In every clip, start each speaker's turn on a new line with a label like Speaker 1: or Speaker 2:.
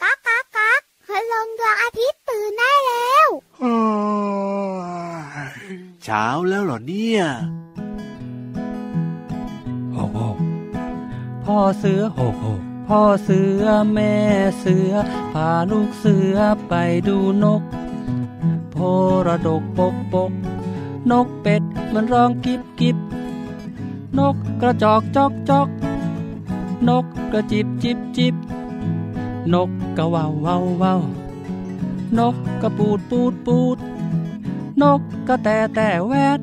Speaker 1: ก๊ากก๊ากก๊ากพลงดวงอาทิตย์ตื่นได้แล้ว
Speaker 2: เช้าแล้วเหรอเนี่ย
Speaker 3: โอ้โหพ่อเสือโหโหพ่อเสือแม่เสือ พาลูกเสือไปดูนก โพระดกปกปก นกเป็ดมันร้องกิบกิบ นกกระจอกจอกจอก นกกระจิบจิบจิบ นกกระว่าวว่าวว่าวนกกระปูดปูดปูด นกกระแตแต่แวด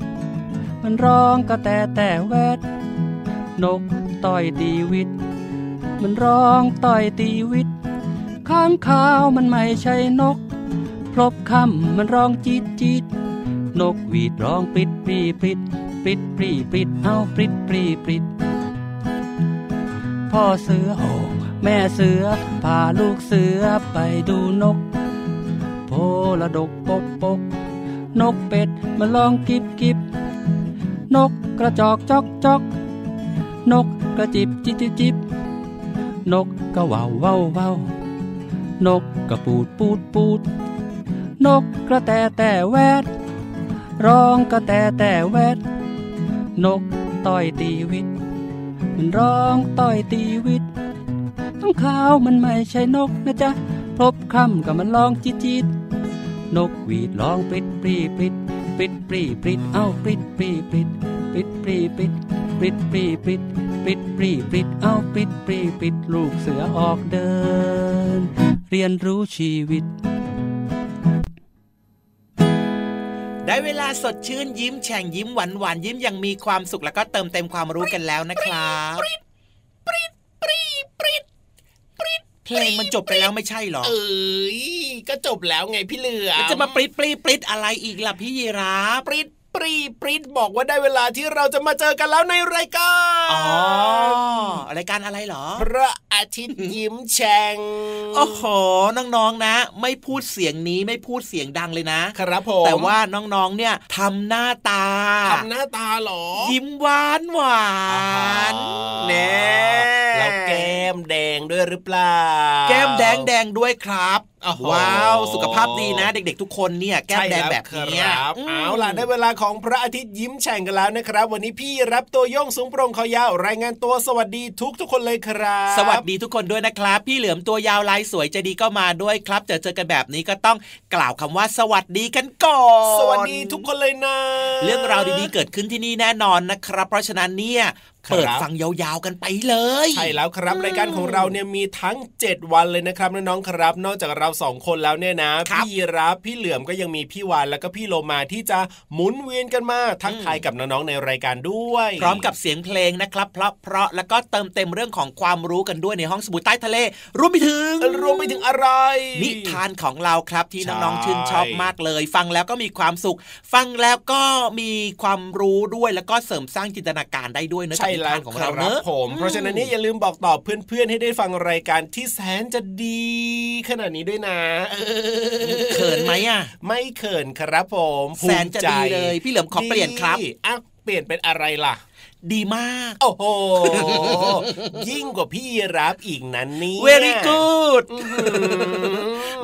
Speaker 3: มันร้องกระแตแต่แวด นกต่อยตีวิต มันร้องต่อยตีวิต ข้างขาวมันไม่ใช่นก พลบคำมันร้องจีดจีดนกหวีดร้องปริดปรีปริดปริดปรีปริดเอาปริดปรีปริด พ่อเสือโหแม่เสือ พาลูกเสือไปดูนก โพละดกปกปก นกเป็ดมันร้องกิบกิบ นกกระจอกจอกจอก นกกระจิบจิบจิบจิบ นกกระว่าวว่าวว่าวนกกระปูดปูดปูด นกกระแตแต่แวด ร้องกระแตแต่แวด นกต่อยตีวิต มันร้องต่อยตีวิตข้างขาวมันไม่ใช่นกนะจ๊ะพบคำกับมันร้องจิดจิดนกหวีดร้องปริดปรีปริดปริดปรีปริดเอ้าปริดปรีปริดปริดปรีปริดปริดปรีปริดปริดปรีปริดเอ้าปริดปรีปริดลูกเสือออกเดิน เรียนรู้ชีวิต
Speaker 4: ได้เวลาสดชื่นยิ้มแฉ่งยิ้มหวานหวานๆยิ้มอย่างมีความสุขแล้วก็เติมเต็มความรู้กันแล้วนะครับเพลงมันจบไปแล้วไม่ใช่เหรอ
Speaker 5: เอ้ยก็จบแล้วไงพี่เหลือ
Speaker 4: แล้วจะมาปริดปรีปริดอะไรอีกล่ะพี่ยีราฟ
Speaker 5: ปริดปรีดปรีดบอกว่าได้เวลาที่เราจะมาเจอกันแล้วในรายการ
Speaker 4: อ๋อรายการอะไรเหรอ
Speaker 5: พระอาทิตย์ยิ้มแฉ่ง
Speaker 4: โอ้โห น้องๆนะ ไม่พูดเสียงนี้ไม่พูดเสียงดังเลยนะ
Speaker 5: ครับผม
Speaker 4: แต่ว่าน้องๆเนี่ยทำหน้าตา
Speaker 5: ทำหน้าตาเหรอ
Speaker 4: ยิ้มหวานหวา
Speaker 5: อ่าน แน่แล้วแก้มแดงด้วยหรือเปล่า
Speaker 4: แก้มแดงแดงๆด้วยครับ
Speaker 5: โอ้โห
Speaker 4: ว้าว สุขภาพดีนะ เด็กๆทุกคนเนี่ยแก้มแดงแบบเนี้ย
Speaker 5: ใช่แล้วครับ
Speaker 4: ม
Speaker 5: เอาล่ะได้เวลาของพระอาทิตย์ยิ้มแฉ่งกันแล้วนะครับ วันนี้พี่รับตัวโยงสูงโปร่งคอยาวรายงานตัวสวัสดีทุกทุกๆคนเลยครับ
Speaker 4: สวัสดีทุกคนด้วยนะครับ พี่เหลือมตัวยาวลายสวยใจะดีก็มาด้วยครับเจอเจอกันแบบนี้ก็ต้องกล่าวคำว่าสวัสดีกันก่อน
Speaker 5: สวัสดีทุกคนเลยนะ
Speaker 4: เรื่องราวดีๆเกิดขึ้นที่นี่แน่นอนนะครับ เพราะฉะนั้นเนี่ย
Speaker 5: ครับ
Speaker 4: เปิดฟังยาวๆกันไปเลย
Speaker 5: ใช่แล้วครับรายการของเราเนี่ยมีทั้ง 7 วันเลยนะครับน้องๆครับ นอกจากเราสองคนแล้วเนี่ยนะพี่รับพี่เหลือมก็ยังมีพี่วานแล้วก็พี่โลมาที่จะหมุนเวียนกันมาทักทายกับน้องๆในรายการด้วย
Speaker 4: พร้อมกับเสียงเพลงนะครับ เพราะเพราะแล้วก็เติมเต็มเรื่องของความรู้กันด้วยในห้องสมุดใต้ทะเลรวมไปถึง
Speaker 5: รวมไปถึงอะไร
Speaker 4: นิทานของเราครับที่
Speaker 5: ใช่
Speaker 4: น้องๆชื่นชอบมากเลย ฟังแล้วก็มีความสุข ฟังแล้วก็มีความรู้ด้วยแล้วก็เสริมสร้างจินตนาการได้ด้วยเนอะ
Speaker 5: ใช่
Speaker 4: กับนิ
Speaker 5: แล้
Speaker 4: ทา
Speaker 5: วน
Speaker 4: ของ
Speaker 5: ค
Speaker 4: เรา
Speaker 5: รั
Speaker 4: เน
Speaker 5: บ
Speaker 4: อะ
Speaker 5: ผม เพราะฉะนั้นเนี่ยอย่าลืมบอกต่อเพื่อนๆ ให้ได้ฟังรายการที่แสนจะดี ขนาดนี้ด้วยนะเออ
Speaker 4: เขินไหมอ่ะ
Speaker 5: ไม่เขินครับผมภู
Speaker 4: แส
Speaker 5: มิ
Speaker 4: นจะดีเลยพี่เหลือมขอเปลี่ยนครับ
Speaker 5: ดีอ่ะเปลี่ยนเป็นอะไรล่ะ
Speaker 4: ดีมาก
Speaker 5: โอ้โห ยิ่งกว่าพี่รับอีกนั้นนี่ย
Speaker 4: เวรี่กูด
Speaker 5: อื้อหื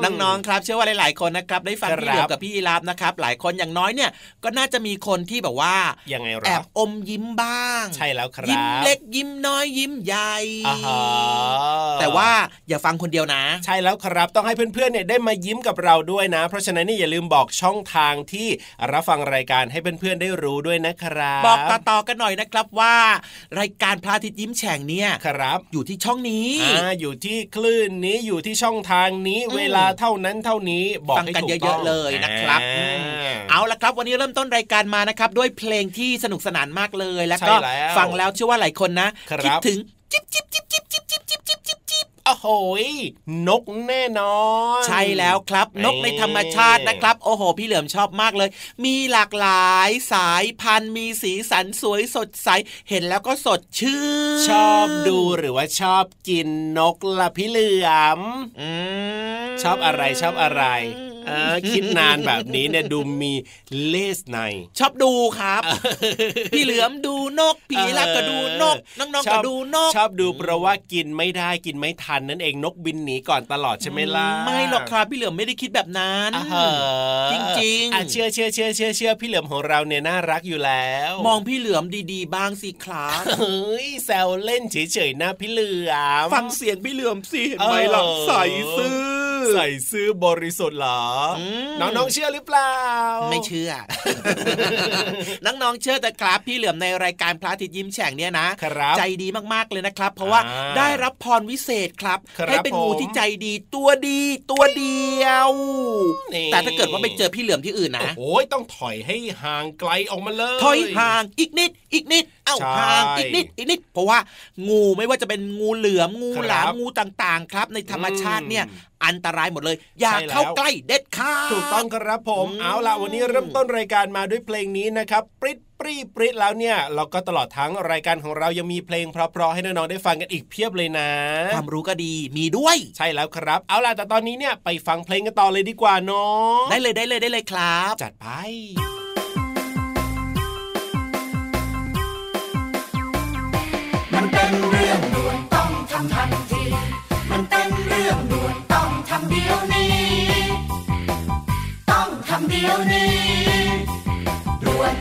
Speaker 5: อ
Speaker 4: น้องๆครับ เชื่อว่าหลายๆคนนะครับ ได้ฟัง
Speaker 5: ครับ
Speaker 4: พี่เหลือมกับพี่ยีราฟนะครับ หลายคนอย่างน้อยเนี่ย ก็น่าจะมีคนที่แบบว่า
Speaker 5: ยังไงหร
Speaker 4: แอ
Speaker 5: อบ
Speaker 4: อมยิ้มบ้าง
Speaker 5: ใช่แล้วครับ
Speaker 4: ยิ้มเล็กยิ้มน้อยยิ้มใหญ่
Speaker 5: อ่าฮะ
Speaker 4: แต่ว่าอย่าฟังคนเดียวนะ
Speaker 5: ใช่แล้วครับต้องให้เพื่อนๆเนี่ยได้มายิ้มกับเราด้วยนะ เพราะฉะนั้นเนี่ยอย่าลืมบอกช่องทางที่รับฟังรายการให้เพื่อนๆได้รู้ด้วยนะครับ
Speaker 4: บอกต่อๆกันหน่อยนะครับว่า รายการพระอาทิตย์ยิ้มแฉ่งเนี่ย
Speaker 5: ครับ
Speaker 4: อยู่ที่ช่องนี้
Speaker 5: อ่าอยู่ที่คลื่นนี้อยู่ที่ช่องทางนี้
Speaker 4: อืม
Speaker 5: เวลาเท่านั้นเท่านี้บอก
Speaker 4: ฟัง
Speaker 5: ให้
Speaker 4: กัน
Speaker 5: ถู
Speaker 4: เย
Speaker 5: ต้
Speaker 4: อะ
Speaker 5: ง
Speaker 4: ๆเลยนะครับอืม
Speaker 5: อ่า
Speaker 4: เอาละครับ วันนี้เริ่มต้นรายการมานะครับ ด้วยเพลงที่สนุกสนานมากเลยแล้วก็
Speaker 5: ใช่แล้ว
Speaker 4: ฟังแล้วเชื่อว่าหลายคนนะครับ ดถึงจิ๊บจิ๊บจิ๊บจิ๊บจิ๊บจิ๊บจิ๊บจิ๊บจิ๊บจิ๊บ
Speaker 5: โอ้โหยนกแน่นอน
Speaker 4: ใช่แล้วครับ นกในธรรมชาตินะครับ โอ้โห พี่เหลือมชอบมากเลย มีหลากหลายสายพันธุ์มีสีสันสวยสดใสเห็นแล้วก็สดชื่น
Speaker 5: ชอบดูหรือว่าชอบกินนกล่ะพี่เหลือม
Speaker 4: อืม
Speaker 5: ชอบอะไรชอบอะไร เอ เออคิดนานแบบนี้เนี่ยดูมีเลสใน
Speaker 4: ชอบดูครับ พี่เหลือมดูนกพี่ลาก็ดูนก น้องๆ
Speaker 5: ช
Speaker 4: ก็
Speaker 5: บ
Speaker 4: ดูนก
Speaker 5: ชอบดูเพราะว่ากินไม่ได้กินไม่ทันนั่นเองนกบินหนีก่อนตลอดใช่ไหมล่ะ
Speaker 4: ไม่หรอกครับพี่เหลือมไม่ได้คิดแบบนั้น
Speaker 5: อ่าฮะ
Speaker 4: จริงๆ
Speaker 5: อ่ะเชื่อเชื่อเชื่อเชื่อเชื่อพี่เหลือมของเราเนี่ยน่ารักอยู่แล้ว
Speaker 4: มองพี่เหลือมดีๆ บ้างสิครับ
Speaker 5: เฮ้ยแซวเล่นเฉยๆนะพี่เหลือม
Speaker 4: ฟังเสียงพี่เหลือมสิเห็น
Speaker 5: เออ
Speaker 4: ไหมล่ะใส่ซื่อ
Speaker 5: ใส่ซื้อบริสุทธิ์เหรออ
Speaker 4: ม
Speaker 5: น้องๆเชื่อหรือเปล่า
Speaker 4: ไม่เชื่อ น้องๆเชื่อแต่ครับ พี่เหลือมในรายการพระอาทิตย์ยิ้มแฉ่งเนี่ยนะ
Speaker 5: ครับ
Speaker 4: ใจดีมากๆเลยนะครับ เพราะว่า
Speaker 5: อ่า
Speaker 4: ได้รับพรวิเศษครับ
Speaker 5: ครับ
Speaker 4: ให้เป็นงู
Speaker 5: ผม
Speaker 4: ที่ใจดีตัวดีตัวเดียว
Speaker 5: นี่
Speaker 4: แต่ถ้าเกิดว่าไปเจอพี่เหลือมที่อื่นนะ
Speaker 5: โอ้ยต้องถอยให้ห่างไกลออกมาเลย
Speaker 4: ถอยห่างอีกนิด อีกนิด เอ้า
Speaker 5: ใช่
Speaker 4: ห่างอีกนิดอีกนิด เพราะว่างูไม่ว่าจะเป็นงูเหลือมงูหลาม
Speaker 5: ครับ
Speaker 4: งูต่างๆ ครับ ในธรรมชาติเนี่ย
Speaker 5: อืม
Speaker 4: อันตรายหมดเลย อย่า
Speaker 5: ใช่แล้ว
Speaker 4: เข้าใกล้เด็ดขาด
Speaker 5: ถูกต้องครับผม
Speaker 4: อืม
Speaker 5: เอาล่ะวันนี้เริ่มต้นรายการมาด้วยเพลงนี้นะครับ ปริ๊ดปรี๊ดปริ๊ดแล้วเนี่ย เราก็ตลอดทั้งรายการของเรายังมีเพลงเพราะๆให้น้องๆได้ฟังกันอีกเพียบเลยนะ
Speaker 4: ความรู้ก็ดีมีด้วย
Speaker 5: ใช่แล้วครับ เอาล่ะแต่ตอนนี้เนี่ยไปฟังเพลงกันต่อเลยดีกว่าเนาะ
Speaker 4: ได้เลยได้เลยได้เลยครับ
Speaker 5: จัดไป
Speaker 6: มันเป็นเรื่องด่วนต้องทำทันที มันเป็นเรื่องด่วนต้องทำเดี๋ยวนี้ ต้องทำเดี๋ยวนี้ด่วน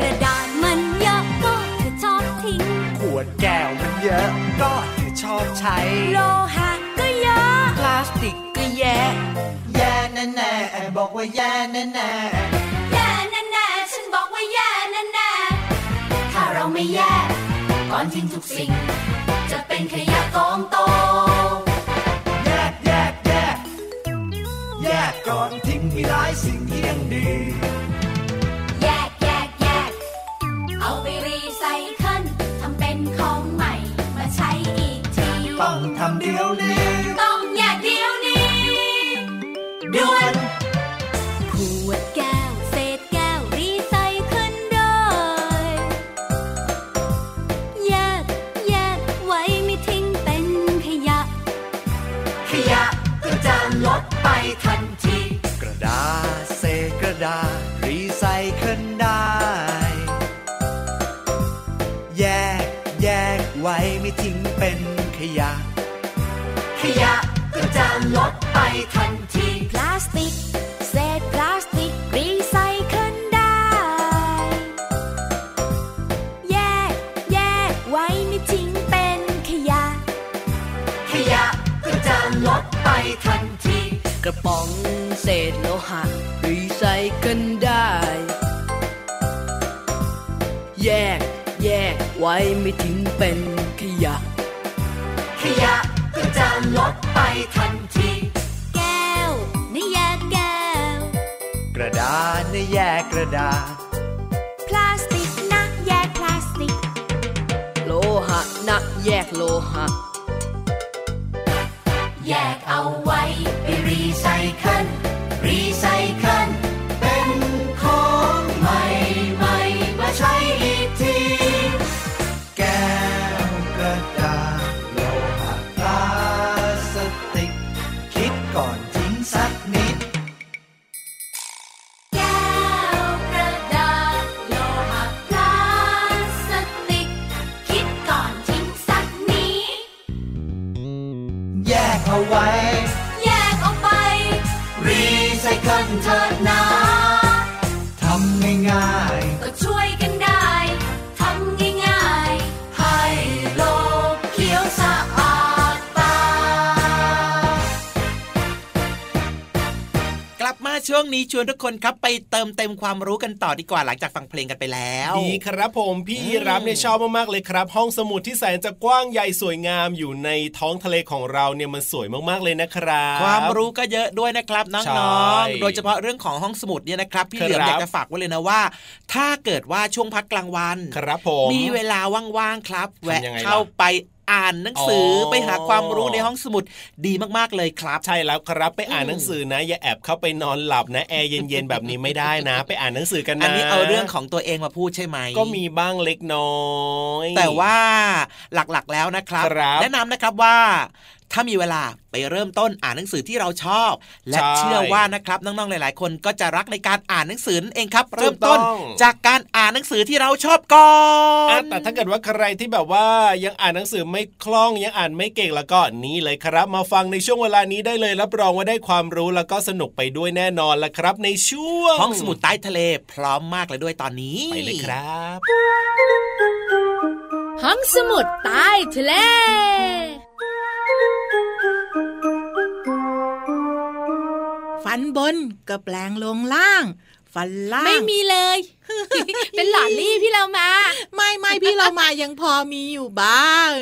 Speaker 7: กระดาษมันเยอะก็เธอชอบทิ้ง
Speaker 8: ขวดแก้วมันเยอะก็เธอชอบใช้
Speaker 7: โลหะก็เยอะ
Speaker 8: พลาสติกก็แย่
Speaker 6: แย่แน่แน่ๆบอกว่าแย่แน่แน่
Speaker 7: แย่แน่แน่ๆฉันบอกว่าแย่แน่แน่
Speaker 6: ๆถ้าเราไม่แย่ก่อนทิ้งทุกสิ่ง จะเป็นขยะกองโต
Speaker 8: แยกแยกแยกแยกก่อนทิ้งมีหลายสิ่งที่ยังดี
Speaker 6: แยกแยกแยกเอาไปรีไซเคิลทำเป็นของใหม่มาใช้อีกที
Speaker 8: ต้องทำเดี๋ยวนี้
Speaker 6: ต้องแยกเดี๋ยวนี้ด่วน
Speaker 7: ๆขวดแก้ว เศษแก้ว รีไซเคิลได้ แยกแยกไว้ไม่ทิ้งเป็นขยะ
Speaker 6: ขยะก็จะลดไปทันที
Speaker 8: กระดาษเศษกระดาษรีไซเคิลได้ แยกแยกไว้ไม่ทิ้งเป็นขยะ
Speaker 6: ขยะก็จะลดไปทันที
Speaker 7: พลาสติก เศษพลาสติก รีไซเคิลได้ แยกแยกไว้ไม่ทิ้งเป็นขยะ
Speaker 6: ขยะก็จะลดไปทันที
Speaker 9: กระป๋องเศษโลหะรีไซเคิลได้ แยกแยกไว้ไม่ทิ้งเป็นขยะ
Speaker 6: ขยะก็จะลดไปทันที
Speaker 7: แก้วนิยาแก้ว
Speaker 8: กระดาษนะแยกกระดาษ
Speaker 7: พลาสติกนะแยกพลาสติก
Speaker 9: โลหะนะแยกโลหะ
Speaker 6: แยกเอาไว้ไปรีไซเคิล รีไซเคิล เป็นของใหม่ใหม่มาใช้อีกที
Speaker 8: แก้วกระดาษโลหะพลาสติก คิดก่อนทิ้งสักนิด
Speaker 7: แก้วกระดาษโลหะพลาสติก คิดก่อนทิ้งสักนิด
Speaker 8: แยกเอาไว้
Speaker 7: แยกออกไป
Speaker 6: รีไซเคิลเถิดนะ
Speaker 8: ทำง่าย
Speaker 7: ก็ช่วยกันได้ ทำง่าย
Speaker 6: ให้โลกเขียวสะอาดตา
Speaker 4: กลับมาช่วงนี้ชวนทุกคนครับไปเติมเต็มความรู้กันต่อดีกว่าหลังจากฟังเพลงกันไปแล้ว
Speaker 5: ดีครับผมพี่ยีรับเนี่ยชอบมากๆเลยครับ ห้องสมุดที่แสนจะกว้างใหญ่สวยงามอยู่ในท้องทะเลของเราเนี่ยมันสวยมากๆเลยนะครับ
Speaker 4: ความรู้ก็เยอะด้วยนะครับ
Speaker 5: ใช่
Speaker 4: น้องๆ โดยเฉพาะเรื่องของห้องสมุดเนี่ยนะครับ พี่เหลือม
Speaker 5: ครับ
Speaker 4: อยากจะฝากไว้เลยนะว่า ถ้าเกิดว่าช่วงพักกลางวัน
Speaker 5: ครับผม
Speaker 4: มีเวลาว่างๆครับ แวะ
Speaker 5: ยังไงล่ะ
Speaker 4: เข้าไปอ่านหนังสืออ
Speaker 5: อ
Speaker 4: ไปหาความรู้ในห้องสมุดดีมากๆเลยครับ
Speaker 5: ใช่แล้วครับไปอ่านหนังสือนะอย่าแอบเข้าไปนอนหลับนะแอร์เย็นๆแบบนี้ไม่ได้นะ ไปอ่านหนังสือกันนะ
Speaker 4: อันนี้เอาเรื่องของตัวเองมาพูดใช่ไหม
Speaker 5: ก็มีบ้างเล็กน้อย
Speaker 4: แต่ว่าหลักๆแล้วนะครับ
Speaker 5: ครับ
Speaker 4: แนะนำนะครับว่า ถ้ามีเวลาไปเริ่มต้นอ่านหนังสือที่เราชอบ และ
Speaker 5: ใช่
Speaker 4: เชื่อว่านะครับน้องๆหลาย ๆ คนก็จะรักในการอ่านหนังสือนั่นเองครับ เริ่มต้น
Speaker 5: ต้อง
Speaker 4: จากการอ่านหนังสือที่เราชอบก่อ
Speaker 5: อ่ะ
Speaker 4: น
Speaker 5: แต่ถ้าเกิดว่าใครที่แบบว่ายังอ่านหนังสือไม่คล่องยังอ่านไม่เก่งแล้วก็นี่เลยครับ มาฟังในช่วงเวลานี้ได้เลยรับรองว่าได้ความรู้แล้วก็สนุกไปด้วยแน่นอนละครับ ในช่วง
Speaker 4: ห้องสมุดใต้ทะเลพร้อมมากเลยด้วยตอนนี้
Speaker 5: ไปเลยครับ
Speaker 7: ห้องสมุดใต้ทะเล
Speaker 10: ฟันบนก็แปลงลงล่าง ฟันล่าง
Speaker 7: ไม่มีเลย เป็นหลอดลี่พี่เรามา
Speaker 10: ไม่ไม่พี่เรามายังพอมีอยู่บ้าง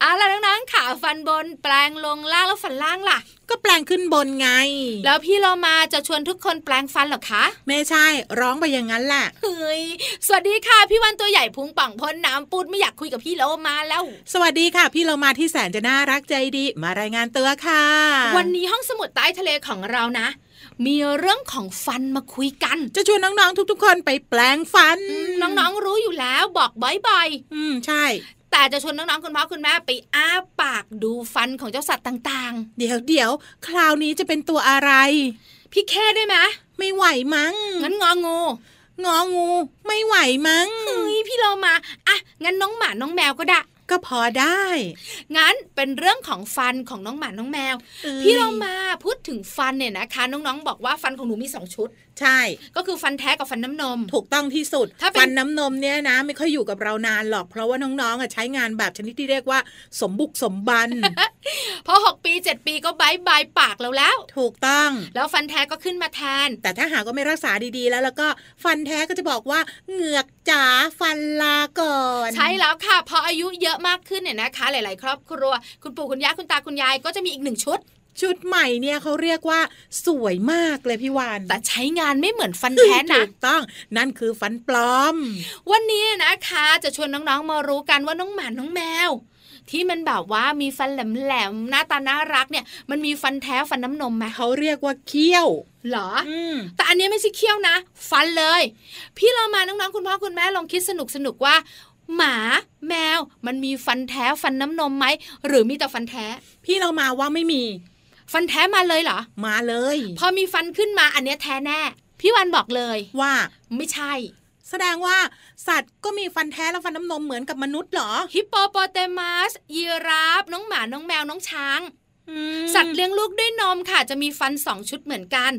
Speaker 7: เอาล่ะน้องๆขาฟันบนแปลงลงล่างแล้วฟันล่างล่ะ
Speaker 10: ก็แปลงขึ้นบนไง
Speaker 7: แล้วพี่เรามาจะชวนทุกคนแปลงฟันเหรอคะ
Speaker 10: ไม่ใช่ร้องไปอย่างนั้นแหละ
Speaker 7: เฮ้ยสวัสดีค่ะพี่วันตัวใหญ่พุงป่องพ้นน้ำปูดไม่อยากคุยกับพี่เรามาแล้ว
Speaker 10: สวัสดีค่ะ พี่เรามาที่แสนจะน่ารักใจดีมารายงานตัวค่ะ
Speaker 7: วันนี้ห้องสมุดใต้ทะเลของเรานะ มีเรื่องของฟันมาคุยกัน
Speaker 10: จะชวนน้องๆทุกๆ คนไปแปลงฟัน
Speaker 7: น้องๆรู้อยู่แล้วบอกบ่อย
Speaker 10: ๆอืมใช่
Speaker 7: ๆ แต่จะชวนน้องๆคุณพ่อคุณแม่ไปอ้าปากดูฟันของเจ้าสัตว์ต่าง
Speaker 10: เดี๋ยวเดี๋ยวคราวนี้จะเป็นตัวอะไร
Speaker 7: ๆ พี่แค่ได้ไหม
Speaker 10: ไม่ไหวมั้ง
Speaker 7: งั้นงองู
Speaker 10: งองู ไม่ไหวมั้ง
Speaker 7: เฮ้ยพี่เรามาอ่ะงั้นน้องหมาน้องแมวก็ได้
Speaker 10: ก็พอได้
Speaker 7: งั้นเป็นเรื่องของฟันของน้องหมาน้องแมว
Speaker 10: เอ้ย
Speaker 7: พี่เรามาพูดถึงฟันเนี่ยนะคะ น้องๆ บอกว่าฟันของหนูมีสองชุด
Speaker 10: ใช่
Speaker 7: ก็คือฟันแท้กับฟันน้ำนม
Speaker 10: ถูกต้องที่สุด
Speaker 7: ถ้าเป็น
Speaker 10: ฟันน้ำนมเนี่ยนะ ไม่ค่อยอยู่กับเรานานหรอก เพราะว่าน้องๆอ่ะใช้งานแบบชนิดที่เรียกว่า สมบุกสมบัน
Speaker 7: พอ 6 ปี 7 ปีก็บายบายปากเราแล้ว
Speaker 10: ถูกต้อง
Speaker 7: แล้วฟันแท้ก็ขึ้นมาแทน
Speaker 10: แต่ถ้าหากว่าไม่รักษาดีๆ แล้วแล้วก็ฟันแท้ก็จะบอกว่าเหงือกจ๋าฟันลาก่อน
Speaker 7: ใช่แล้วค่ะ พออายุเยอะมากขึ้นเนี่ยนะคะ หลาย ๆ ครอบครัว คุณปู่คุณย่าคุณตาคุณยายก็จะมีอีกหนึ่งชุด
Speaker 10: ชุดใหม่เนี่ยเขาเรียกว่าสวยมากเลยพี่วาน
Speaker 7: แต่ใช้งานไม่เหมือนฟันแท้นะ
Speaker 10: ถูกต้อง นั่นคือฟันปลอม
Speaker 7: วันนี้นะคะจะชวนน้องๆมารู้กันว่าน้องหมาน้องแมว ที่มันแบบว่ามีฟันแหลมๆหน้าตาน่ารักเนี่ย มันมีฟันแท้ฟันน้ำนมไหม
Speaker 10: เขาเรียกว่าเขี้ยว
Speaker 7: เหรอ
Speaker 10: อืม
Speaker 7: แต่อันนี้ไม่ใช่เขี้ยวนะ ฟันเลย พี่เรามาน้องๆคุณพ่อคุณแม่ลองคิดสนุกสนุกๆว่า หมาแมวมันมีฟันแท้ฟันน้ำนมไหมหรือมีแต่ฟันแท้
Speaker 10: พี่เรามาว่าไม่มี
Speaker 7: ฟันแท้มาเลยเหรอ
Speaker 10: มาเลย
Speaker 7: พอมีฟันขึ้นมาอันเนี้ยแท้แน่ พี่วันบอกเลย
Speaker 10: ว่า
Speaker 7: ไม่ใช่
Speaker 10: แสดงว่าสัตว์ก็มีฟันแท้และฟันน้ำนมเหมือนกับมนุษย์เหรอ
Speaker 7: ฮิปโปโปเตมัสยีราฟน้องหมาน้องแมวน้องช้าง
Speaker 10: อืม
Speaker 7: สัตว์เลี้ยงลูกด้วยนมค่ะ จะมีฟันสองชุดเหมือนกัน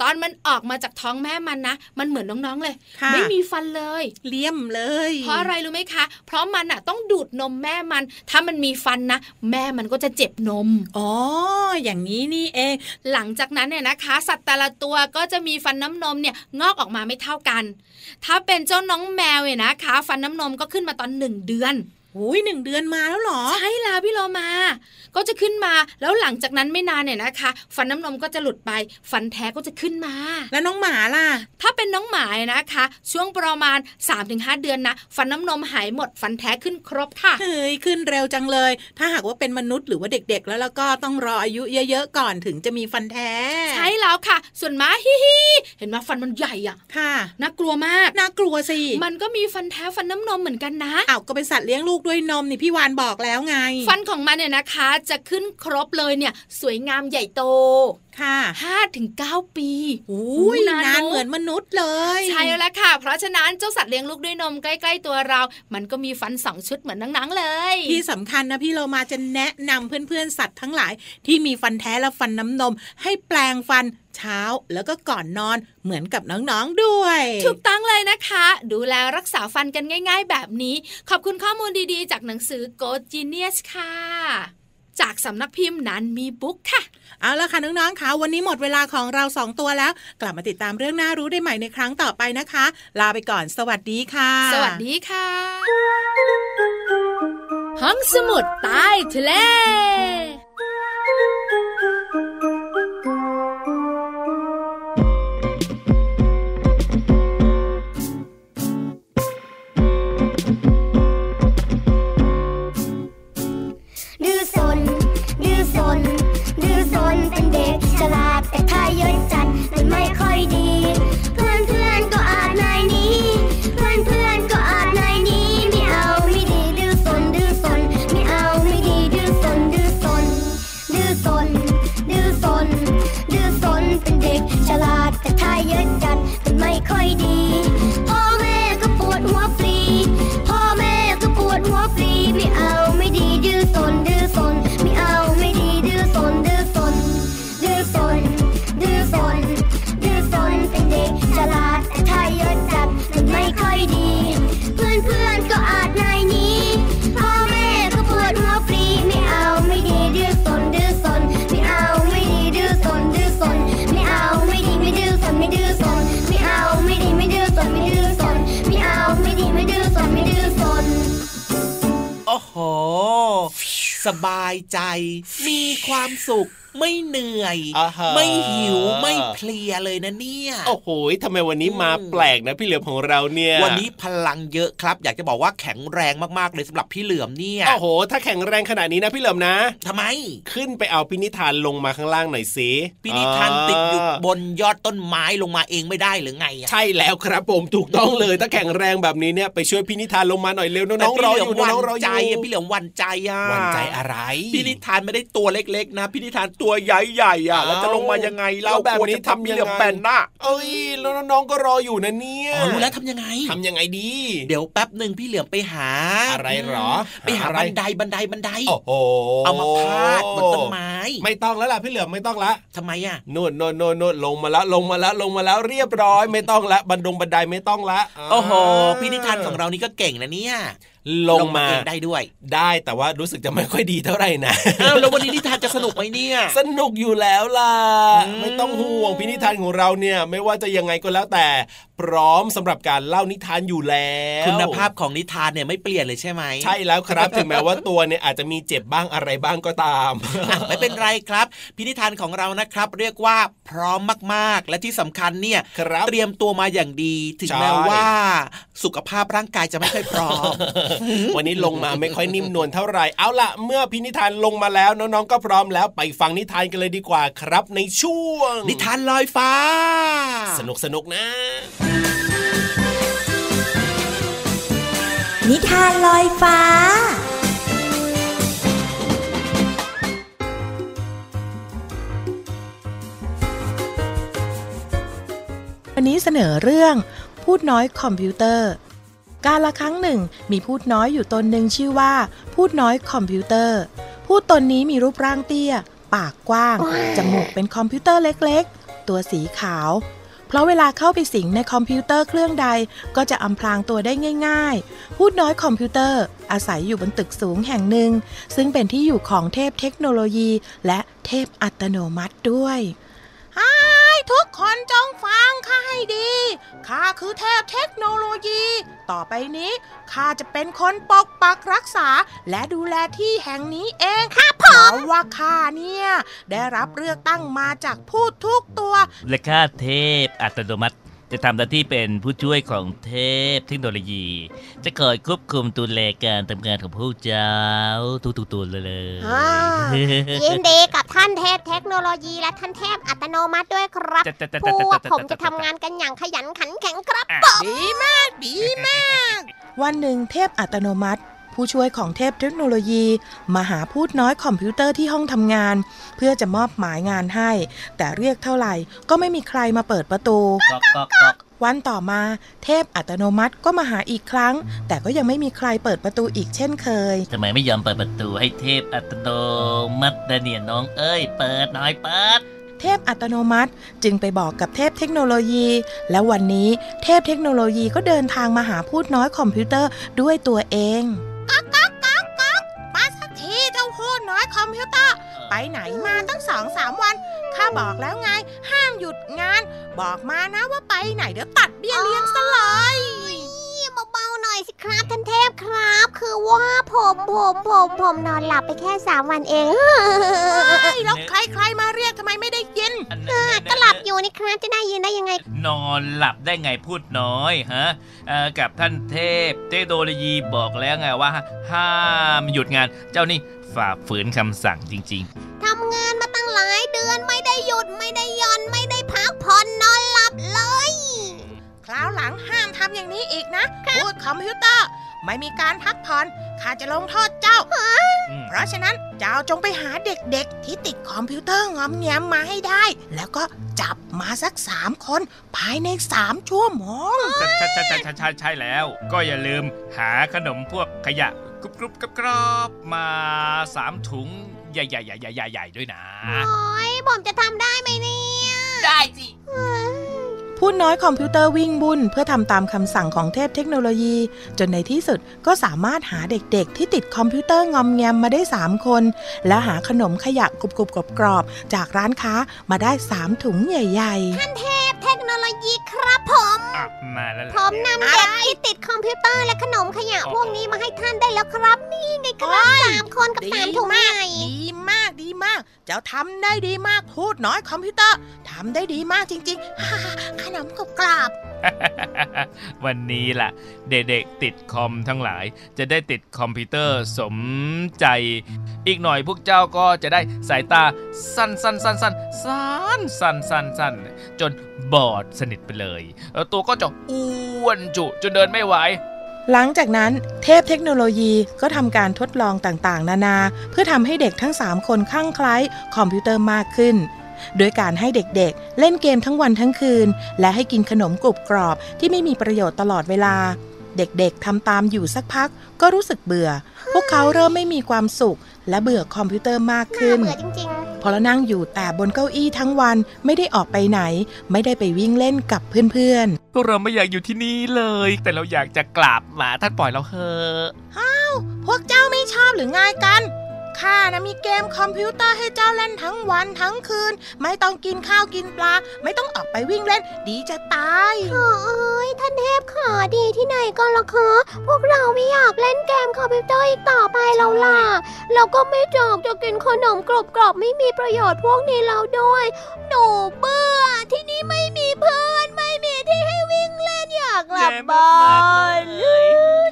Speaker 7: ตอนมันออกมาจากท้องแม่มันนะ มันเหมือนน้องๆเลย
Speaker 10: ค่ะ
Speaker 7: ไม่มีฟันเลย
Speaker 10: เลี่ยมเลย
Speaker 7: เพราะอะไรรู้ไหมคะ เพราะมันอ่ะต้องดูดนมแม่มัน ถ้ามันมีฟันนะ แม่มันก็จะเจ็บนม
Speaker 10: อ๋ออย่างนี้นี่เอง
Speaker 7: หลังจากนั้นเนี่ยนะคะ สัตว์แต่ละตัวก็จะมีฟันน้ำนมเนี่ยงอกออกมาไม่เท่ากัน ถ้าเป็นเจ้าน้องแมวเนี่ยนะคะ ฟันน้ำนมก็ขึ้นมาตอนหนึ่งเดือน
Speaker 10: อุ้ยหนึ่งเดือนมาแล้วเหรอ
Speaker 7: ใช่แล้วพี่โลมา ก็จะขึ้นมา แล้วหลังจากนั้นไม่นานเนี่ยนะคะ ฟันน้ำนมก็จะหลุดไป ฟันแท้ก็จะขึ้นมา
Speaker 10: แล้วน้องหมาล่ะ
Speaker 7: ถ้าเป็นน้องหมาเนี่ยนะคะ ช่วงประมาณ 3-5 เดือนนะ ฟันน้ำนมหายหมด ฟันแท้ขึ้นครบค่ะ
Speaker 10: เฮ้ย ขึ้นเร็วจังเลย ถ้าหากว่าเป็นมนุษย์หรือว่าเด็กๆ แล้วแล้วก็ต้องรออายุเยอะๆ ก่อนถึงจะมีฟันแท้
Speaker 7: ใช่แล้วค่ะ ส่วนม้าฮิฮิเห็นไหมฟันมันใหญ่อะ
Speaker 10: ค่ะ
Speaker 7: น่ากลัวมาก
Speaker 10: น่ากลัวสิ
Speaker 7: มันก็มีฟันแท้ฟันน้ำนมเหมือนกันนะ
Speaker 10: อ้าวก็เป็นสัตว์เลี้ยงลูกด้วยนมนี่พี่วานบอกแล้วไง
Speaker 7: ฟันของมันเนี่ยนะคะจะขึ้นครบเลยเนี่ย สวยงามใหญ่โต
Speaker 10: ค่ะ
Speaker 7: 5-9 ปี
Speaker 10: อุ้ย
Speaker 7: นาน
Speaker 10: นาน
Speaker 7: เนอะ
Speaker 10: เหมือนมนุษย์เลย
Speaker 7: ใช่แล้วค่ะ เพราะฉะนั้นเจ้าสัตว์เลี้ยงลูกด้วยนมใกล้ๆตัวเรา มันก็มีฟันสองชุดเหมือนหนังๆเลย
Speaker 10: ที่สำคัญนะพี่เรามาจะแนะนำเพื่อนๆ สัตว์ทั้งหลาย ที่มีฟันแท้และฟันน้ำนม ให้แปลงฟันเช้าแล้วก็ก่อนนอนเหมือนกับน้องๆด้วย
Speaker 7: ถูกต้องเลยนะคะ ดูแลรักษาฟันกันง่าย ๆ แบบนี้ ขอบคุณข้อมูลดีๆ จากหนังสือ Go Genius ค่ะ จากสำนักพิมพ์นันมีบุ๊กค่ะ
Speaker 10: เอาละค่ะน้องๆค่ะวันนี้หมดเวลาของเราสองตัวแล้ว กลับมาติดตามเรื่องน่ารู้ได้ใหม่ในครั้งต่อไปนะคะ ลาไปก่อน สวัสดีค่ะ
Speaker 7: สวัสดีค่ะ ห้องสมุดใต้ทะเล
Speaker 1: ดื้อสน ดื้อสน ดื้อสนเป็นเด็กฉลาดแต่ถ้าเยอะจัดมันไม่ค่อยดี เพื่อนเพื่อนๆก็อาจนายหนี้ เพื่อนเพื่อนๆก็อาจนายหนี้ไม่เอาไม่ดีดื้อสนดื้อสนไม่เอาไม่ดีดื้อสนดื้อสน
Speaker 4: สบายใจ มีความสุข ไม่เหนื่อย
Speaker 5: อ่าฮะ
Speaker 4: ไม่หิวไม่เพลียเลยนะเนี่ย
Speaker 5: โอ้โหทำไมวันนี้มาแปลกนะพี่เหลือมของเราเนี่ย
Speaker 4: วันนี้พลังเยอะครับ อยากจะบอกว่าแข็งแรงมากๆเลยสำหรับพี่เหลือมเนี่ย
Speaker 5: โอ้โห ถ้าแข็งแรงขนาดนี้นะพี่เหลิมนะ
Speaker 4: ทำไม
Speaker 5: ขึ้นไปเอาพินิธานลงมาข้างล่างหน่อยสิ
Speaker 4: พี่นิทานติดอยู่
Speaker 5: า
Speaker 4: บนยอดต้นไม้ลงมาเองไม่ได้หรือไงอะ
Speaker 5: ใช่แล้วครับผมถูกต้องเลย ถ้าแข็งแรงแบบนี้เนี่ยไปช่วยพินิธานลงมาหน่อยเร็วน้
Speaker 4: แต่
Speaker 5: องๆ
Speaker 4: พี่
Speaker 5: รอ
Speaker 4: เหลื
Speaker 5: อยู่
Speaker 4: หวั่
Speaker 5: น้องๆรออ
Speaker 4: ใจ
Speaker 5: ยู่
Speaker 4: อะพี่เหลือมหวันใจอะ
Speaker 5: หวันใจอะไร
Speaker 4: พี่นิทานไม่ได้ตัวเล็กๆนะพี่นิทานตัวใหญ่ๆอะแล้วจะลงมายังไงเรา
Speaker 5: แล้วแบบ
Speaker 4: กลัว
Speaker 5: นี้
Speaker 4: จะทำพี่เหลือมแบนหน้า
Speaker 5: เอ้ยแล้วน้องๆก็รออยู่นะเนี่ย
Speaker 4: อ๋อรู้แล้วทำยังไง
Speaker 5: ทำยังไงดี
Speaker 4: เดี๋ยวแป๊บหนึ่งพี่เหลือมไปหา
Speaker 5: อะไรหรอ
Speaker 4: ไปหา
Speaker 5: หาอะไร
Speaker 4: บันไดบันไดบันได
Speaker 5: โอ้โห
Speaker 4: เอามาพาดบนต้นไม้
Speaker 5: ไม่ต้องแล้วล่ะพี่เหลือมไม่ต้องละ
Speaker 4: ทำไมอะ
Speaker 5: นู่นนู่นนู่นนู่นลงมาแล้วลงมาแล้วลงมาแล้วเรียบร้อย ไม่ต้องละบันดงบันไดไม่ต้องละา
Speaker 4: โอ้โหพี่นิทานของเรานี่ก็เก่งนะเนี่ย
Speaker 5: ลงมา
Speaker 4: เองได้ด้วย
Speaker 5: ได้แต่ว่ารู้สึกจะไม่ค่อยดีเท่าไหร่นะ
Speaker 4: อ้าวแล้ววันนี้นิทานจะสนุกไหมเนี่ย
Speaker 5: สนุกอยู่แล้วล่ะ
Speaker 4: อืม
Speaker 5: ไม่ต้องห่วงพินิธานของเราเนี่ย ไม่ว่าจะยังไงก็แล้วแต่ พร้อมสำหรับการเล่านิทานอยู่แล้ว
Speaker 4: คุณภาพของนิทานเนี่ยไม่เปลี่ยนเลยใช่ไหม
Speaker 5: ใช่แล้วครับ ถึงแม้ว่าตัวเนี่ยอาจจะมีเจ็บบ้างอะไรบ้างก็ตาม
Speaker 4: อ่ะไม่เป็นไรครับ พินิทานของเรานะครับ เรียกว่าพร้อมมากๆ และที่สำคัญเนี่ย
Speaker 5: ครับ
Speaker 4: เตรียมตัวมาอย่างดี ถึง
Speaker 5: ใช่
Speaker 4: แม้ว่า สุขภาพร่างกายจะไม่ค่อยพร้อ ม
Speaker 5: วันนี้ลงมาไม่ค่อยนิ่มนวลเท่าไหร่ เอาล่ะ เมื่อพินิธานลงมาแล้วน้องๆก็พร้อมแล้วไปฟังนิทานกันเลยดีกว่าครับในช่วง
Speaker 4: นิทานลอยฟ้า
Speaker 5: สนุกสนุกๆนะ
Speaker 1: นิทานลอยฟ้า
Speaker 10: วันนี้เสนอเรื่อง พูดน้อยคอมพิวเตอร์ การละครั้งหนึ่งมีพูดน้อยอยู่ตนหนึ่งชื่อว่า พูดน้อยคอมพิวเตอร์ พูดตนนี้มีรูปร่างเตี้ย ปากกว้าง จมูกเป็นคอมพิวเตอร์เล็กๆ ตัวสีขาว เพราะเวลาเข้าไปสิงในคอมพิวเตอร์เครื่องใดก็จะอำพรางตัวได้ง่าย ๆ พูดน้อยคอมพิวเตอร์ อาศัยอยู่บนตึกสูงแห่งหนึ่ง ซึ่งเป็นที่อยู่ของเทพเทคโนโลยี และเทพอัตโนมัติด้วย ไอ้ทุกคนจงฟังข้าให้ดี ข้าคือเทพเทคโนโลยี ต่อไปนี้ ข้าจะเป็นคนปกปักรักษา และดูแลที่แห่งนี้เองครับผมเพราะว่าข้าเนี่ย ได้รับเลือกตั้งมาจากผู้ทุกตัว
Speaker 11: และข้าเทพอัตโนมัติ จะทำหน้าที่เป็นผู้ช่วยของเทพเทคโนโลยี จะคอยควบคุมดูแลการทำงานของพวกเจ้าทุกๆตัวเลย
Speaker 1: อ่า ยินดีกับท่านเทพเทคโนโลยีและท่านเทพอัตโนมัติด้วยครับ
Speaker 11: จะจะจะ
Speaker 1: พ
Speaker 11: จะ
Speaker 1: วกผม
Speaker 11: จ
Speaker 1: จะทำงานกันอย่างขยันขันแข็งครับ
Speaker 10: ดีมากดีมาก วันหนึ่งเทพอัตโนมัติ ผู้ช่วยของเทพเทคโนโลยี มาหาพูดน้อยคอมพิวเตอร์ที่ห้องทำงาน เพื่อจะมอบหมายงานให้ แต่เรียกเท่าไหร่ก็ไม่มีใครมาเปิดประตู
Speaker 11: ก๊อกก๊อกก๊อก
Speaker 10: วันต่อมาเทพอัตโนมัติก็มาหาอีกครั้ง แต่ก็ยังไม่มีใครเปิดประตูอีกเช่นเคย
Speaker 11: ทำไมไม่ยอมเปิดประตูให้เทพอัตโนมัตินะเนี่ยน้องเอ้ย เปิดหน่อยเปิด
Speaker 10: เทพอัตโนมัติจึงไปบอกกับเทพเทคโนโลยี และวันนี้เทพเทคโนโลยีก็เดินทางมาหาพูดน้อยคอมพิวเตอร์ด้วยตัวเองก๊อกก๊อกก๊อกก๊อกมาสักทีเจ้าพูดน้อยคอมพิวเตอร์ ไปไหนมาตั้งสองสามวัน ข้าบอกแล้วไง ห้ามหยุดงาน บอกมานะว่าไปไหนเดี๋ยวตัดเบี้ยเลี้ยงซะเลย
Speaker 1: เบาๆหน่อยสิครับท่านเทพครับ คือว่าผมผมผมผมนอนหลับไปแค่สามวันเอง
Speaker 10: เอ้ยแล้วใครๆมาเรียกทำไมไม่ได้ยิน
Speaker 1: ก็หลับอยู่นี่ครับจะได้ยินได้ยังไง
Speaker 11: นอนหลับได้ไงพูดน้อยฮะเอ่อกับท่านเทพเทคโนโลยีบอกแล้วไงว่า ห้ามหยุดงาน เจ้านี่ฝ่าฝืนคำสั่งจริง ๆ
Speaker 1: ทำงานมาตั้งหลายเดือนไม่ได้หยุดไม่ได้หย่อนไม่ได้พักผ่อนนอนหลับเลย
Speaker 10: คราวหลังห้ามทำอย่างนี้อีกนะ พูดคอมพิวเตอร์ ไม่มีการพักผ่อนข้าจะลงโทษเจ้า
Speaker 11: อืม
Speaker 10: เพราะฉะนั้นเจ้าจงไปหาเด็กๆ ที่ติดคอมพิวเตอร์งอมแงมมาให้ได้ แล้วก็จับมาสักสามคน ภายในสามชั่วโมง
Speaker 11: ใช่ใช่ใช่ใช่ใช่ใช่ใช่แล้ว ก็อย่าลืมหาขนมพวกขยะกรุบกรุบกรอบกรอบมาสามถุงใหญ่ใหญ่ใหญ่ใหญ่ใหญ่ใหญ่ด้วยนะ
Speaker 1: โอ้ยผมจะทำได้ไหมเนี่ย
Speaker 9: ได้สิ
Speaker 10: พูดน้อยคอมพิวเตอร์วิ่งบุญเพื่อทำตามคำสั่งของเทพเทคโนโลยี จนในที่สุดก็สามารถหาเด็กๆ ที่ติดคอมพิวเตอร์งอมแงมมาได้ 3 คน และหาขนมขยะกรุบๆกรอบๆจากร้านค้ามาได้ 3 ถุงใหญ่ ๆ
Speaker 1: เทพเทคโนโลยีครับผ ผม
Speaker 11: อ่ะมาแล้ว
Speaker 1: ผมนำเด็กที่ติดคอมพิวเตอร์และขนมขยะพวกนี้มาให้ท่านได้แล้วครับ นี่ไงครับสามคนกับสามถุงใหญ่
Speaker 10: ดีมากดีมาก เจ้าทำได้ดีมากพูดน้อยคอมพิวเตอร์ทำได้ดีมากจริงๆฮ่ าขนมกรอบ
Speaker 11: วันนี้ล่ะ เด็กๆติดคอมทั้งหลาย จะได้ติดคอมพิวเตอร์สมใจ อีกหน่อยพวกเจ้าก็จะได้สายตาสั้นๆๆๆสั้นสั้นสั้นสั้นสั้นจนบอดสนิทไปเลยแล้วตัวก็จะอ้วนจุจนเดินไม่ไหว
Speaker 10: ๆหลังจากนั้นเทพเทคโนโลยีก็ทำการทดลองต่างๆ นานา เพื่อทำให้เด็กทั้ง 3 คนข้างไคล้คอมพิวเตอร์มากขึ้น โดยการให้เด็กๆ เล่นเกมทั้งวันทั้งคืน และให้กินขนมกรุบกรอบที่ไม่มีประโยชน์ตลอดเวลา เด็กๆทำตามอยู่สักพักก็รู้สึกเบื่อ พวกเขาเริ่มไม่มีความสุข และเบื่อคอมพิวเตอร์มากขึ้น
Speaker 1: เบื่อจริง
Speaker 10: พอเรานั่งอยู่แต่บนเก้าอี้ทั้งวันไม่ได้ออกไปไหน ไม่ได้ไปวิ่งเล่นกับเพื่อน
Speaker 11: พวกเราไม่อยากอยู่ที่นี่เลย แต่เราอยากจะกลับมาท่านปล่อยเราเถอะ
Speaker 10: ๆ พวกเจ้าไม่ชอบหรือไงกันข้านะมีเกมคอมพิวเตอร์ให้เจ้าเล่นทั้งวันทั้งคืน ไม่ต้องกินข้าวกินปลา ไม่ต้องออกไปวิ่งเล่น ดีจะตาย
Speaker 1: โอ้ยท่านเทพขาดีที่ไหนก็ละคะพวกเราไม่อยากเล่นเกมคอมพิวเตอร์อีกต่อไปแล้วล่ะ เราก็ไม่จอกจะกินขนมกรอบกรอบๆไม่มีประโยชน์พวกนี้แล้วด้วย หนูเบื่อที่นี่ไม่มีเพื่อนไม่มีที่ให้วิ่งเล่นอยากกลับบ้าน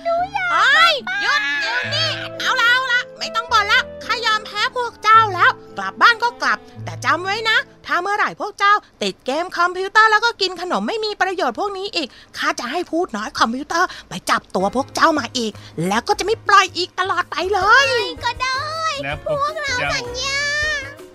Speaker 1: หนูอยาก
Speaker 10: เอ้ยหยุดเดี๋ยวนี้เอาละเอาละไม่ต้องบ่นละข้ายอมแพ้พวกเจ้าแล้ว กลับบ้านก็กลับ แต่จำไว้นะ ถ้าเมื่อไหร่พวกเจ้า ติดเกมคอมพิวเตอร์แล้วก็กินขนมไม่มีประโยชน์พวกนี้อีกข้าจะให้พูดน้อยคอมพิวเตอร์ไปจับตัวพวกเจ้ามาอีก แล้วก็จะไม่ปล่อยอีกตลอดไปเลย
Speaker 1: ก็ได้
Speaker 11: แล้วพวกเรา
Speaker 1: สัญญา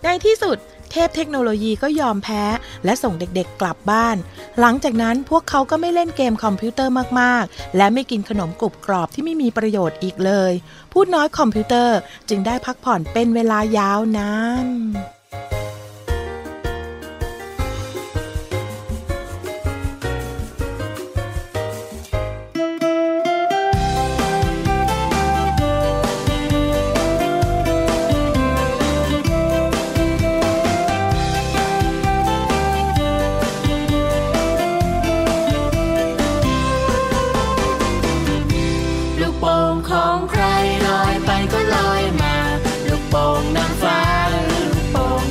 Speaker 10: ในที่สุดเทพเทคโนโลยีก็ยอมแพ้และส่งเด็กๆกลับบ้าน หลังจากนั้นพวกเขาก็ไม่เล่นเกมคอมพิวเตอร์มากๆ และไม่กินขนมกรุบกรอบที่ไม่มีประโยชน์อีกเลย พูดน้อยคอมพิวเตอร์จึงได้พักผ่อนเป็นเวลายาวนาน
Speaker 6: ลูกโป่งของใครลอยไปก็ลอยมา ลูกโป่งนางฟ้าหรือลูกโป่ง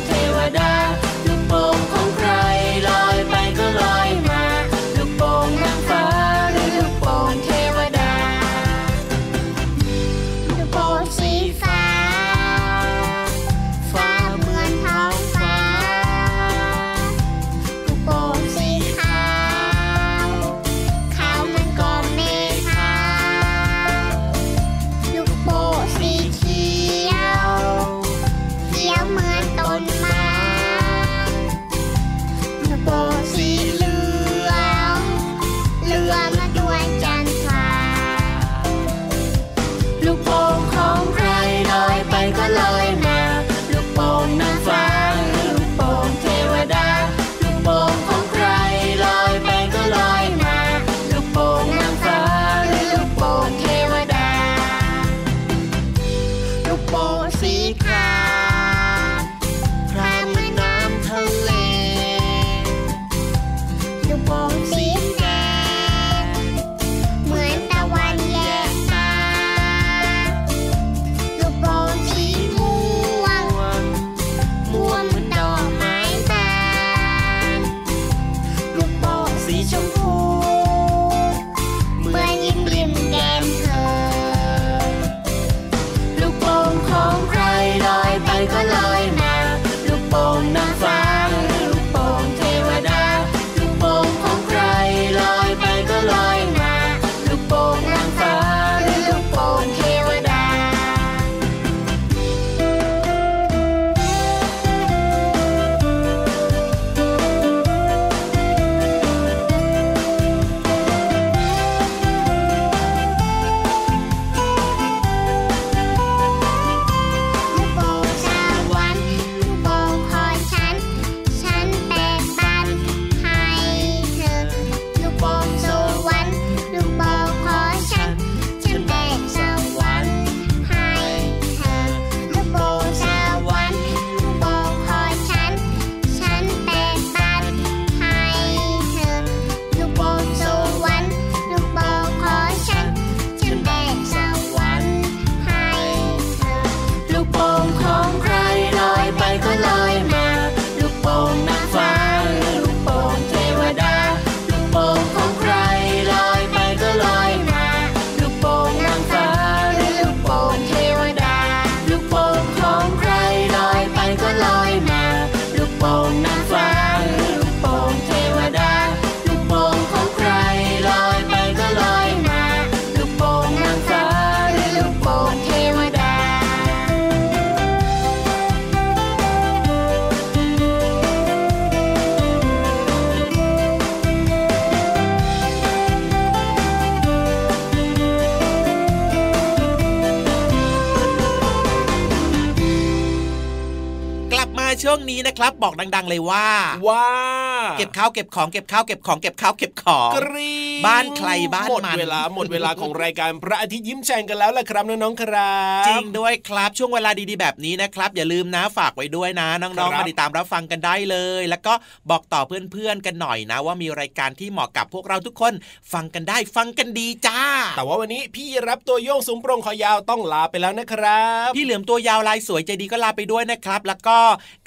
Speaker 4: ช่วงนี้นะครับ บอกดัง ๆ เลยว่า
Speaker 5: ว่า
Speaker 4: เก็บข้าวเก็บของเก็บข้าวเก็บของเก็บข้าวเก็บของ
Speaker 5: กรี๊ง
Speaker 4: บ้านใครบ้าน
Speaker 5: หมด
Speaker 4: มัน
Speaker 5: เวลาหมดเวลาของรายการพระอาทิตย์ยิ้มแฉ่งกันแล้วล่ะครับน้องๆครับ
Speaker 4: จริงด้วยครับช่วงเวลาดีๆแบบนี้นะครับ อย่าลืมนะฝากไว้ด้วยนะ น้อง
Speaker 5: ครั
Speaker 4: ๆ
Speaker 5: บ
Speaker 4: มาติดตามรับฟังกันได้เลย แล้วก็บอกต่อเพื่อนๆกันหน่อยนะ ว่ามีรายการที่เหมาะกับพวกเราทุกคน ฟังกันได้ฟังกันดีจ้า
Speaker 5: แต่ว่าวันนี้พี่รับตัวโยงสูงโปรงคอยาวต้องลาไปแล้วนะครับ
Speaker 4: พี่เหลือมตัวยาวลายสวยใจดีก็ลาไปด้วยนะครับ แล้วก็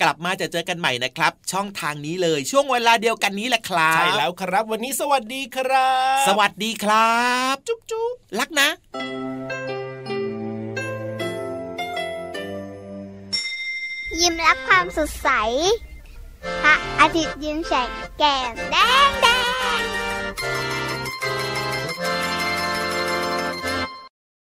Speaker 4: กลับมาจะเจอกันใหม่นะครับ ช่องทางนี้เลยช่วงเวลาเดียวกันนี้แหละครับ
Speaker 5: ใช่แล้วครับวันนี้สวัสดีครับ
Speaker 4: สวัสดีครับ จุ๊บจุ๊บรักนะ
Speaker 1: ยิ้มรับความสดใส พระอาทิตย์ยิ้มแฉกแก้มแดง